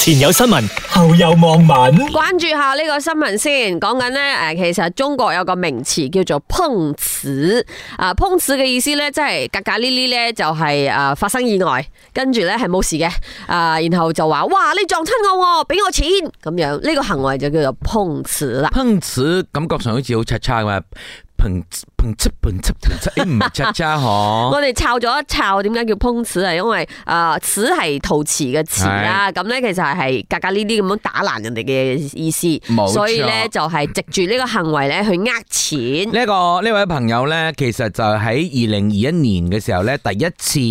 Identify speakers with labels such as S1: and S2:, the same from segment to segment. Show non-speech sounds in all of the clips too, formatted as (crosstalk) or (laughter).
S1: 前有新聞，後有網民。
S2: 關注下呢個新聞先，講緊呢，誒，其實中國有個名詞叫做碰瓷啊，碰瓷嘅意思呢，即係格格呢呢呢，就係、誒、發生意外，跟住呢係冇事嘅啊，然後就話哇你撞親我喎，俾我錢咁樣，呢、個行為就叫做碰瓷啦。
S3: 烹瓷感覺上好似好擦擦咁啊，烹烹出烹出烹出，誒唔係擦擦
S2: (laughs)
S3: 嗬，
S2: 我哋抄咗一抄，點解叫碰瓷啊？因為誒瓷係陶瓷嘅瓷啦，咁咧其實係格格呢啲咁樣打爛人哋嘅意
S3: 冇
S2: 思，
S3: 錯
S2: 所以咧就係藉住呢個行為咧去呃錢。
S3: 呢、個呢位朋友呢，其實就喺二零二一年嘅時候呢，第一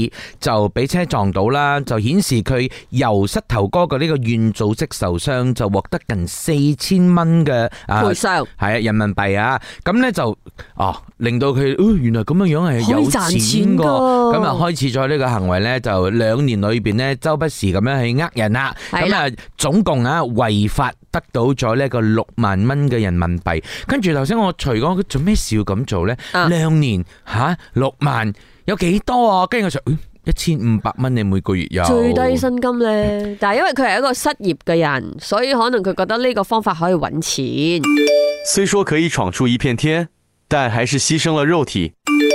S3: 次就俾車撞到啦，就顯示佢右膝頭哥嘅呢個軟組織受傷，就獲得近四千蚊嘅啊
S2: 賠償
S3: 係啊人民幣啊，咁呢就哦令到佢，哦原來咁樣樣係
S2: 可以
S3: 有
S2: 賺
S3: 錢
S2: 錢
S3: 㗎
S2: 㗎
S3: 咁啊開始咗呢個行為呢，就兩年裏邊呢，周不時咁樣去呃人啦，
S2: 係
S3: 咁
S2: 啦
S3: 啊總共啊違法得到咗呢個六萬蚊嘅人民幣，跟住頭先我除講佢做咩事要咁做呢？
S2: 啊
S3: 兩年吓六萬有幾多啊？跟住我就一千五百蚊你每個月有
S2: 最低薪金咧，但係因為佢係一個失業嘅人，所以可能佢覺得呢個方法可以揾錢。
S4: 虽说可以闯出一片天，但还是牺牲了肉体。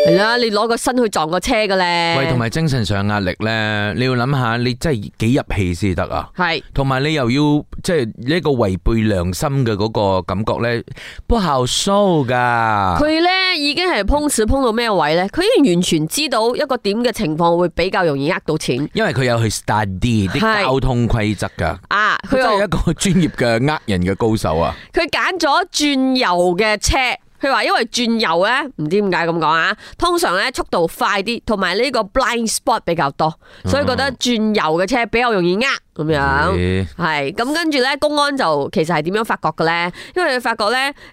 S2: 係啦，你攞個身去撞個車嘅咧，
S3: 喂，同埋精神上壓力呢，你要諗下你真係幾入氣先得啊！
S2: 係
S3: 同埋你又要即係呢個違背良心嘅嗰個感覺呢，不孝蘇噶。
S2: 佢咧已經係碰瓷碰到咩位咧？佢已經完全知道一個點嘅情況會比較容易呃到錢
S3: 因為佢有去 study 啲
S2: 係
S3: 交通規則噶，
S2: 啊！佢
S3: 佢真
S2: 又
S3: 係一個專業嘅呃人嘅高手啊！
S2: 佢揀咗轉右嘅車。佢話因為轉右咧，唔知點解咁講啊。通常咧速度快啲，同埋呢個 blind spot 比較多，所以覺
S3: 嗯
S2: 得轉右嘅車比較容易呃咁樣。
S3: 咦
S2: 係咁跟住咧，公安就其實係點樣發覺嘅咧？因為佢發覺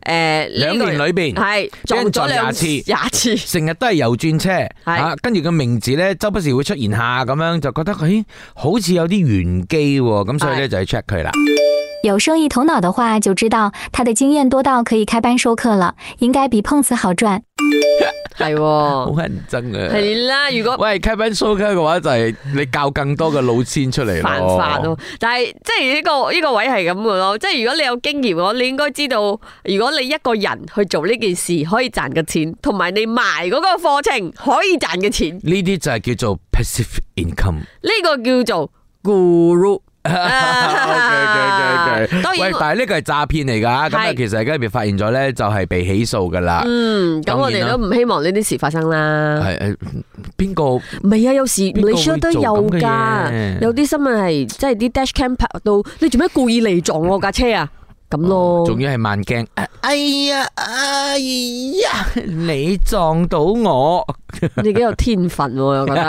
S2: 呃咧，誒
S3: 兩年裏邊
S2: 係
S3: 俾人
S2: 撞咗
S3: 撞
S2: 兩
S3: 廿次
S2: 廿次，
S3: 成日都係右轉車，啊跟住個名字咧，周不時會出現下咁樣，就覺得咦，好似有啲玄機喎，咁所以
S2: 係
S3: 咧就去 check 佢啦。
S5: 有生意头脑的话，就知道他的经验多到可以开班授课了，应该比碰瓷好赚。
S2: 係
S3: (laughs) 好
S2: 喎
S3: 乞人憎啊！
S2: 係啦。如果
S3: 喂，Kevin s o 嘅話就係你教更多嘅老千出嚟
S2: 犯
S3: 咯。
S2: 法咯。但係即係呢、個呢、個位係咁嘅咯。即係如果你有經驗嘅話，你應該知道，如果你一個人去做呢件事可以賺嘅錢，同埋你賣嗰個課程可以賺嘅錢，呢、
S3: 呢啲就係叫做 passive income。
S2: 個叫做
S3: (laughs)
S2: guru。啊
S3: OK，OK，OK，OK
S2: 當
S3: 喂
S2: 然，
S3: 但係呢個係詐騙嚟㗎，咁啊
S2: 係
S3: 其實而家被發現咗咧，就係被起訴㗎啦。
S2: 嗯，咁
S3: 當
S2: 我
S3: 然
S2: 哋
S3: 啦
S2: 都唔希望呢啲事發生啦。
S3: 係誒邊個？
S2: 唔係啊，有時
S3: 邊個會
S2: Malaysia 都
S3: 做
S2: 有
S3: 咁嘅
S2: 㗎，
S3: 嘢
S2: 有啲新聞係即係啲 dash cam 拍到，你做咩故意嚟撞我架車啊？咁咯。
S3: 哦仲要係慢鏡。哎呀，哎 (laughs) 呀，你撞到我！
S2: 你幾有天分喎，我覺
S3: (laughs)
S2: 得。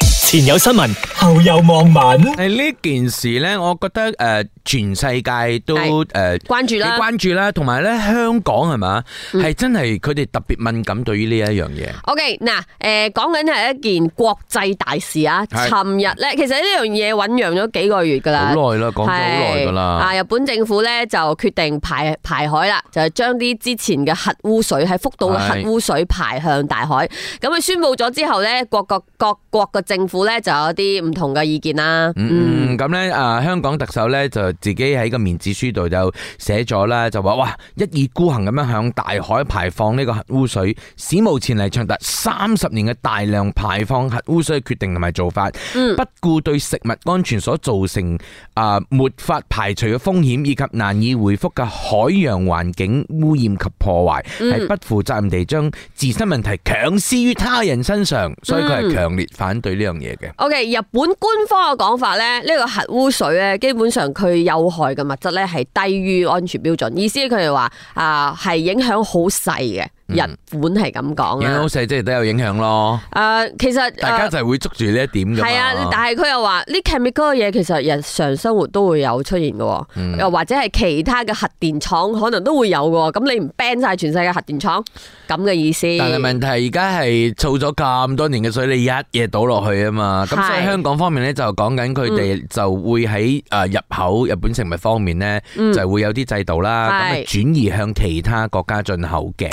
S2: (laughs)
S1: 前有新聞，後有網民。
S3: 係呢件事呢，我覺得誒、呃全世界都誒
S2: 係。
S3: 呃
S2: 關注
S3: 你
S2: 啦。
S3: 關注啦，同埋咧香港係嘛，係真係佢哋特別敏感對於呢一樣嘢。
S2: OK，嗱，誒講緊係一件國際大事啊！
S3: 係
S2: 尋日咧，其實呢樣嘢醖釀咗幾個月㗎啦，
S3: 好耐啦，講咗好耐
S2: 係
S3: 噶啦。
S2: 啊，日本政府咧就決定排排海啦，就係將啲之前嘅核污水喺福島嘅
S3: 係
S2: 核污水排向大海。咁佢宣布咗之後咧，各國各國嘅政府咧就有啲唔同嘅意見啦。嗯，
S3: 嗯，咁咧啊，香港特首咧就自己喺個面子書度就寫咗啦，就話哇一意孤行咁樣向大海排放呢個核污水，史無前例長達三十年嘅大量排放核污水嘅決定同埋做法，
S2: 嗯
S3: 不顧對食物安全所造成啊沒法排除嘅風險，以及難以回復嘅海洋環境污染及破壞，
S2: 嗯
S3: 係、不負責任地將自身問題強施於他人身上，所以佢
S2: 嗯
S3: 係強烈反對呢樣嘢嘅。
S2: O.K. 日本官方嘅講法咧，呢、個核污水咧，基本上佢有害嘅物質咧係低於安全標準，意思佢哋話啊係影響好細嘅。日本係咁講
S3: 嗯影響好
S2: 啊，
S3: 細，即係都有影響咯。
S2: 誒、其實
S3: 大家
S2: 誒
S3: 就係會捉住呢一點㗎嘛。嗯
S2: 係啊，但係佢又話呢 chemical 嘅嘢其實日常生活都會有出現嘅喎，
S3: 嗯
S2: 又或者係其他嘅核電廠可能都會有嘅喎，咁你唔 ban 晒全世界核電廠咁嘅意思？
S3: 但係問題而家係儲咗咁多年嘅水，你一夜倒落去啊嘛，咁
S2: 係
S3: 所以香港方面咧就講緊佢
S2: 嗯
S3: 哋就會喺誒入口日本食物方面咧
S2: 嗯
S3: 就會有啲制度啦，咁啊
S2: 係
S3: 轉移向其他國家進口嘅。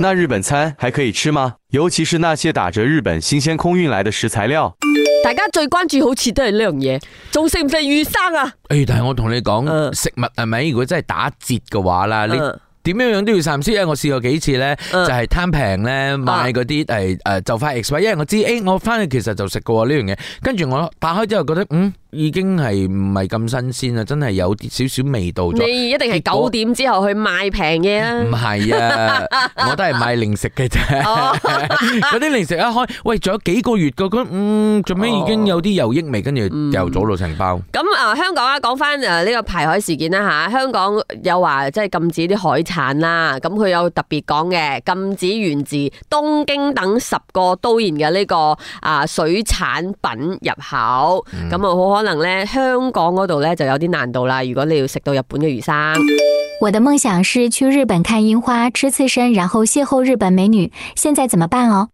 S4: 那日本餐还可以吃吗？尤其是那些打着日本新鲜空运来的食材料。
S2: 大家最關注好似都係呢樣嘢，仲食唔食魚生啊？
S3: 诶、但系我同你讲，
S2: 嗯
S3: 食物系咪？如果真系打折嘅话啦，你
S2: 嗯
S3: 点样样都要三思。因为我试过几次咧，
S2: 嗯
S3: 就系贪平咧买嗰啲诶诶就快 expire，因为我知诶、我翻去其实就食過呢样嘢，跟住我打开之后觉得嗯已经系唔系咁新鲜啦，真系有啲少少味道咗。
S2: 你一定係
S3: 結
S2: 九
S3: 果
S2: 點之後去買平嘢啊
S3: 唔！ (laughs) 係啊，我都係買零食嘅啫。
S2: 哦
S3: (laughs) 嗰啲零食一開，喂，仲有幾個月嘅，咁嗯，做咩已經有啲油益味，跟住又早到成包。
S2: 咁啊、香港啊，講翻誒呢個排海事件啦吓、香港有話即係禁止啲海產啦，咁佢有特別講嘅，禁止源自東京等十個都縣嘅呢個啊水產品入口，
S3: 嗯
S2: 咁啊好可能咧香港嗰度咧就有啲難度啦，如果你要食到日本嘅魚生。
S5: 我的梦想是去日本看樱花、吃刺身，然后邂逅日本美女。现在怎么办哦？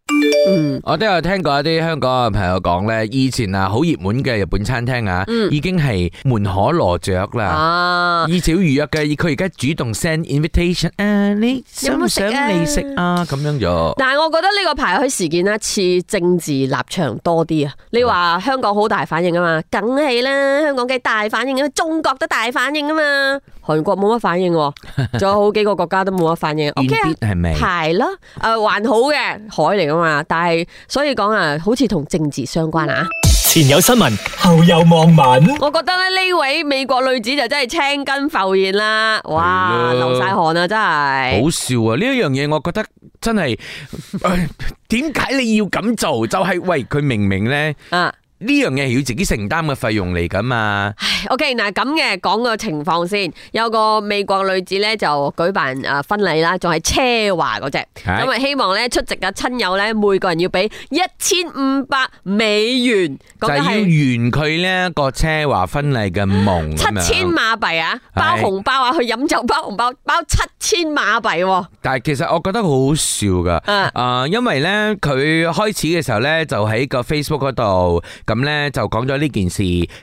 S2: 嗯，
S3: 我都有聽過一啲香港嘅朋友講呢，以前啊好熱門嘅日本餐廳啊，已經係門可羅雀啦。
S2: 啊，
S3: 以前要預約嘅，佢而家主動 send invitation 啊，你想唔想
S2: 有冇食啊
S3: 嚟食啊？咁樣咗。
S2: 但係我覺得呢個排海事件呢，似政治立場多啲啊！你
S3: 嗯
S2: 話香港好大反應啊嘛，梗係啦，香港嘅大反應啊，中國都大反應啊嘛，韓國冇乜反應
S3: (laughs)
S2: 喎，仲有好幾個國家都冇乜反應。O
S3: 遠
S2: K 啊
S3: 啲。係咪？
S2: 排咯，誒、還好嘅海嚟噶嘛，但係所以講啊，好似同政治相關啊。
S1: 前有新聞，後有網
S3: 嗯
S1: 民，
S2: 我覺得咧呢位美國女子就真係青筋浮現啦，哇，
S3: 係咯
S2: 流晒汗啊，真係。
S3: 好笑啊！呢一樣嘢，我覺得真係，唉 (laughs) 點解你要咁做？就係喂，佢明明咧呢
S2: 啊！
S3: 樣嘢係要自己承擔嘅費用嚟噶嘛。
S2: OK，嗱咁嘅講個情況先，有個美國女子咧就舉辦诶婚禮啦，仲係奢華嗰只，咁啊希望咧出席嘅親友咧每個人要俾一千五百美元，
S3: 就
S2: 講緊
S3: 係要
S2: 係
S3: 圓佢呢個奢華婚禮嘅夢咁樣
S2: 七千馬幣啊，包
S3: 係
S2: 紅包啊，去飲酒包紅包，包七千馬幣喎，
S3: 但係其實我覺得好好笑噶。
S2: 啊
S3: 啊、因為呢，佢開始嘅時候呢，就喺個 Facebook 嗰度，咁呢，就講咗呢件事，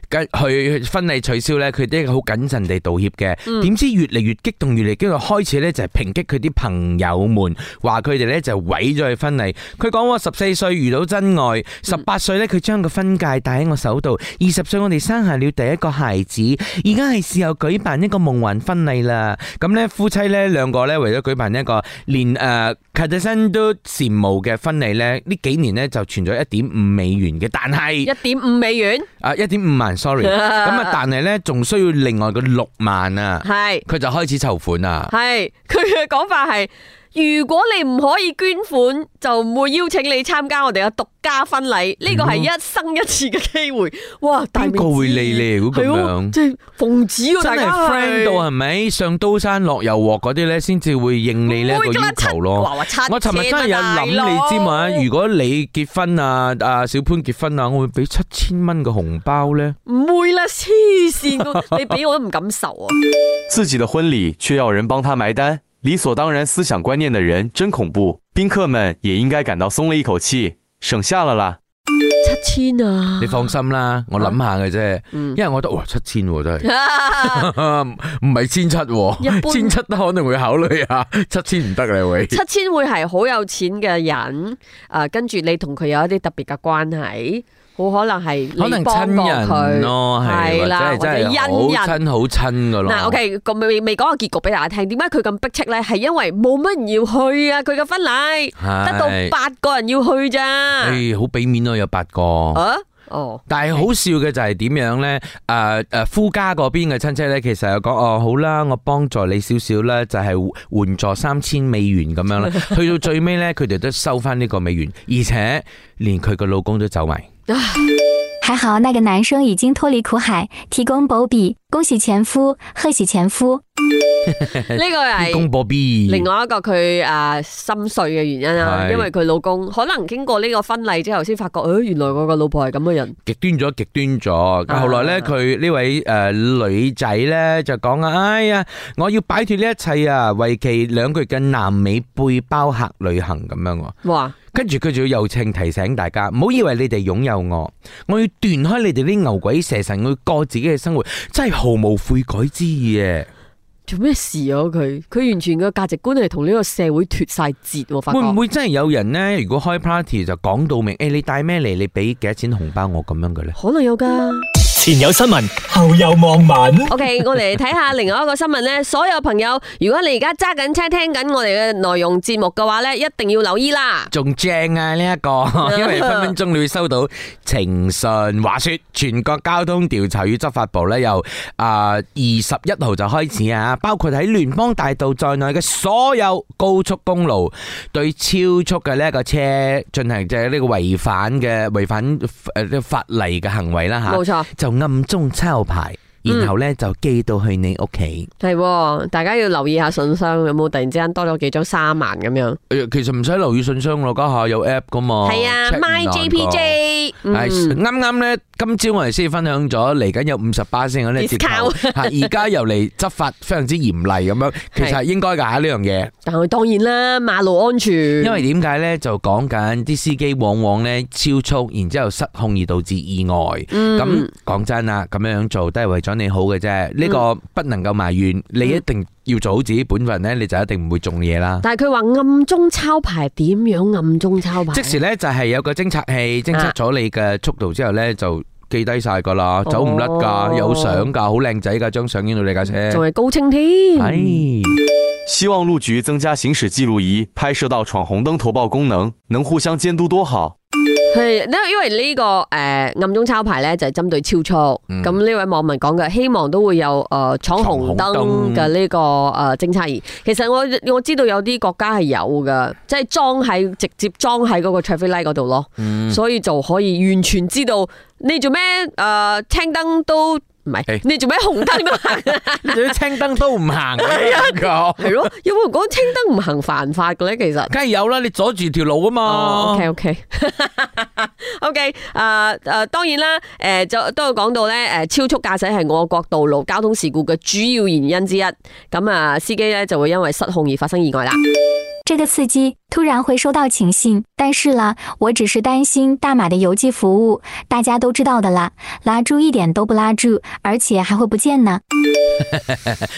S3: 跟去婚禮取消呢，佢都係好謹慎地道歉嘅。點知越嚟越激動，越嚟越激動，開始呢，就係抨擊佢啲朋友們，話佢哋呢就毀咗佢婚禮。佢講我十四歲遇到真愛，十八歲呢，佢將個婚戒戴喺我手度，二十歲我哋生下了第一個孩子，而家係時候舉辦一個夢幻婚禮啦。咁呢，夫妻呢兩個呢，為咗舉辦一個連誒 c a d e s o n 都羨慕嘅婚禮呢，呢幾年呢就存咗一點五美元嘅，但係
S2: 一點五美元，
S3: 啊一點五萬，sorry，咁
S2: (laughs)
S3: 啊但係呢，仲需要另外嘅六萬啊，
S2: 係
S3: 佢就開始籌款啦。
S2: 係佢嘅講法係，如果你唔可以捐款，就唔會邀請你參加我哋嘅獨家婚禮，呢
S3: 嗯
S2: 個係一生一次嘅機會，哇！大
S3: 邊
S2: 面
S3: 個會
S2: 子
S3: 理你？如果
S2: 係
S3: 咁
S2: 咯，
S3: 樣？
S2: 即係奉旨喎，
S3: 真
S2: 大
S3: 係
S2: 家
S3: friend 到係咪？上刀山落油鑊嗰啲呢，先至會應你呢一個要求咯。
S2: 哇哇七
S3: 我尋日真係有諗，你知嘛？如果你結婚啊，啊小潘結婚啊，我會俾七千蚊嘅紅包呢。
S2: 唔會啦，黐線㗎你俾我都唔敢受
S3: (laughs)
S2: 啊！
S4: 自己的婚礼却要人帮他埋单，理所当然思想观念的人真恐怖。宾客们也应该感到松了一口气，省下了啦。
S2: 七千啊，嗯
S3: 你放心啦，我諗下嘅啫，因為我覺得哇七千喎真係。 (laughs)
S2: (laughs)
S3: 唔係千七
S2: 一
S3: 喎，
S2: 般
S3: 千七都可能會考慮下， (laughs) 七千唔得啦喂。
S2: 七千會係好有錢嘅人，啊，跟住你同佢有一啲特別嘅關係，好可能係
S3: 可能
S2: 你幫過
S3: 親人
S2: 佢
S3: 咯，係
S2: 係啦，
S3: 或
S2: 或
S3: 者
S2: 者
S3: 係真係好
S2: 恩人。
S3: 親好親噶咯。
S2: 嗱，OK，咁未未講個結局俾大家聽，點解佢咁逼斥咧？係因為冇乜人要去啊，佢嘅婚禮得到
S3: 係
S2: 八個人要去咋，啊，
S3: 唉，好俾面咯，有八個。
S2: 哦。
S3: 但係好笑嘅就係點樣呢？誒、誒、夫家嗰邊嘅親戚呢，其實又講哦，好啦，我幫助你少少啦，就係、援助三千美元咁
S2: (laughs)
S3: 樣啦。去到最尾呢，佢哋都收翻呢個美元，而且連佢個老公都走埋。
S5: 还好那个男生已经脱离苦海，提供保比，恭喜前夫，贺喜前夫。
S2: 呢個 (laughs) 係
S3: 公婆 B，
S2: 另外一個佢啊心碎嘅原因啦，
S3: 係
S2: 因為佢老公可能經過呢個婚禮之後，先發覺，誒原來我個老婆係咁嘅人，
S3: 極端咗，極端咗。
S2: 啊
S3: 後來咧，佢呢位誒女仔咧就講啊，哎呀，我要擺脱呢一切啊，為期兩個月嘅南美背包客旅行咁樣喎。
S2: 哇！
S3: 跟住佢仲要友情提醒大家，唔好以為你哋擁有我，我要斷開你哋啲牛鬼蛇神，我要過自己嘅生活，真係毫無悔改之意嘅。啊
S2: 做咩事啊？佢佢完全嘅價值觀係同呢個社會脱晒節喎，發覺
S3: 會唔會真係有人呢？如果開 party 就講到明，誒、你帶咩嚟？你俾幾多錢紅包我咁樣嘅咧？
S2: 可能有㗎。
S1: 前有新聞，後有望文。
S2: OK，我哋睇下另外一個新聞 (laughs) 呢。所有朋友，如果你而家揸緊車聽緊我哋嘅內容節目嘅話呢，一定要留意啦。
S3: 仲正啊呢一、個，因為分分鐘你會收到情信。話說，全國交通調查與執法部咧由啊二十一號就開始啊，包括喺聯邦大道在內嘅所有高速公路對超速嘅呢一個車進行即係呢個違反嘅違反誒法例嘅行為啦吓，
S2: 冇錯，
S3: 就暗中抄牌，
S2: 嗯
S3: 然後咧就寄到去你屋企。
S2: 係喎，大家要留意下信箱有冇突然之間多咗幾張三萬咁樣。
S3: 誒其實唔使留意信箱咯，家下有 app 噶嘛。
S2: 係啊
S3: 哦 check 唔
S2: ，My
S3: 難㗎
S2: JPJ，
S3: 系
S2: 嗯，
S3: 啱啱咧，今朝我哋先分享咗嚟緊有五十巴先嗰啲折扣， (laughs) 係而家又嚟執法非常之嚴厲咁樣，其實係應該㗎呢樣嘢，
S2: 但係當然啦，馬路安全，
S3: 因為點解咧就講緊啲司機往往咧超速，然之後失控而導致意外。
S2: 嗯
S3: 咁講真啊，咁樣做都係為咗你好嘅啫，呢個不能夠埋怨，你一定要做好自己本分咧，你就一定唔會中嘢啦。
S2: 但係佢話暗中抄牌，點樣暗中抄牌？
S3: 即時咧就係有個偵察器偵測咗你嘅速度之後咧就。記低晒㗎啦，走唔甩
S2: 哦
S3: 㗎，有相㗎，好靚仔㗎，張相影到你架車。
S2: 仲係高清添。
S3: 唉，
S4: 希望路局增加行驶记录仪拍摄到闯红灯投报功能，能互相监督多好。
S2: 系，因為因为呢、個个呃暗中抄牌咧就係針對超速，咁呢、位網民講嘅，希望都會有诶闯、嗯闖紅燈嘅呢個呃诶政策仪。其實我我知道有啲國家係有噶，即係裝喺直接裝喺嗰個 traffic light 嗰度咯，所以就可以完全知道你做咩诶青燈都唔係，
S3: 係
S2: 你做咩紅燈點樣 (laughs) 行啊？
S3: 啲青燈都唔行 (laughs) 嘅，
S2: 係咯，有冇人講青燈唔行犯法嘅咧？其實？
S3: 梗係有啦，你阻住條路啊
S2: 哦
S3: 嘛。
S2: ，OK OK (laughs) OK，誒誒，當然啦，誒就都有講到咧，誒超速駕駛係我國道路交通事故嘅主要原因之一。咁啊，司機咧就會因為失控而發生意外啦。
S5: 这个司机突然会收到请信，但是啦，我只是担心大马的邮寄服务，大家都知道的啦，拉住一点都不拉住，而且还会不见呢。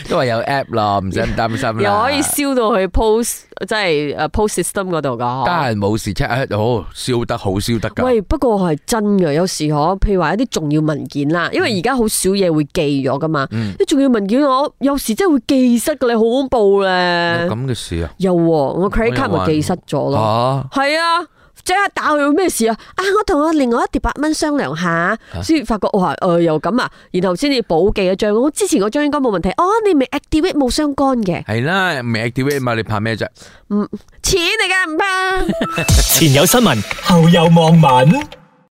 S3: 都話有 app 啦，唔使咁擔
S2: (laughs)
S3: 心
S2: 又
S3: 啦。
S2: 可以燒到去 post，即係誒 post system 嗰度
S3: 得
S2: 噶。
S3: 閒冇事 check，好燒得好燒得㗎。
S2: 喂，不過係真嘅，有時可譬如話一啲重要文件啦，因
S3: 嗯
S2: 為而家好少嘢會寄咗噶嘛。啲重要文件我有時真係會寄失㗎，你好恐怖咧。
S3: 咁嘅事啊？
S2: 有喎，我 credit 卡咪
S3: 我有玩
S2: 寄失咗咯。
S3: 啊，
S2: 系啊。即刻打佢咩事啊？啊！我同我另外一碟八蚊商量下，先發覺哇，誒、又咁啊，然後先至補寄一張。我之前嗰張應該冇問題。哦，你咪 activate 冇相干嘅，
S3: 係啦，未 activate 嘛，你怕咩啫？
S2: 錢嚟㗎唔怕。
S1: 前有新聞，後有望文。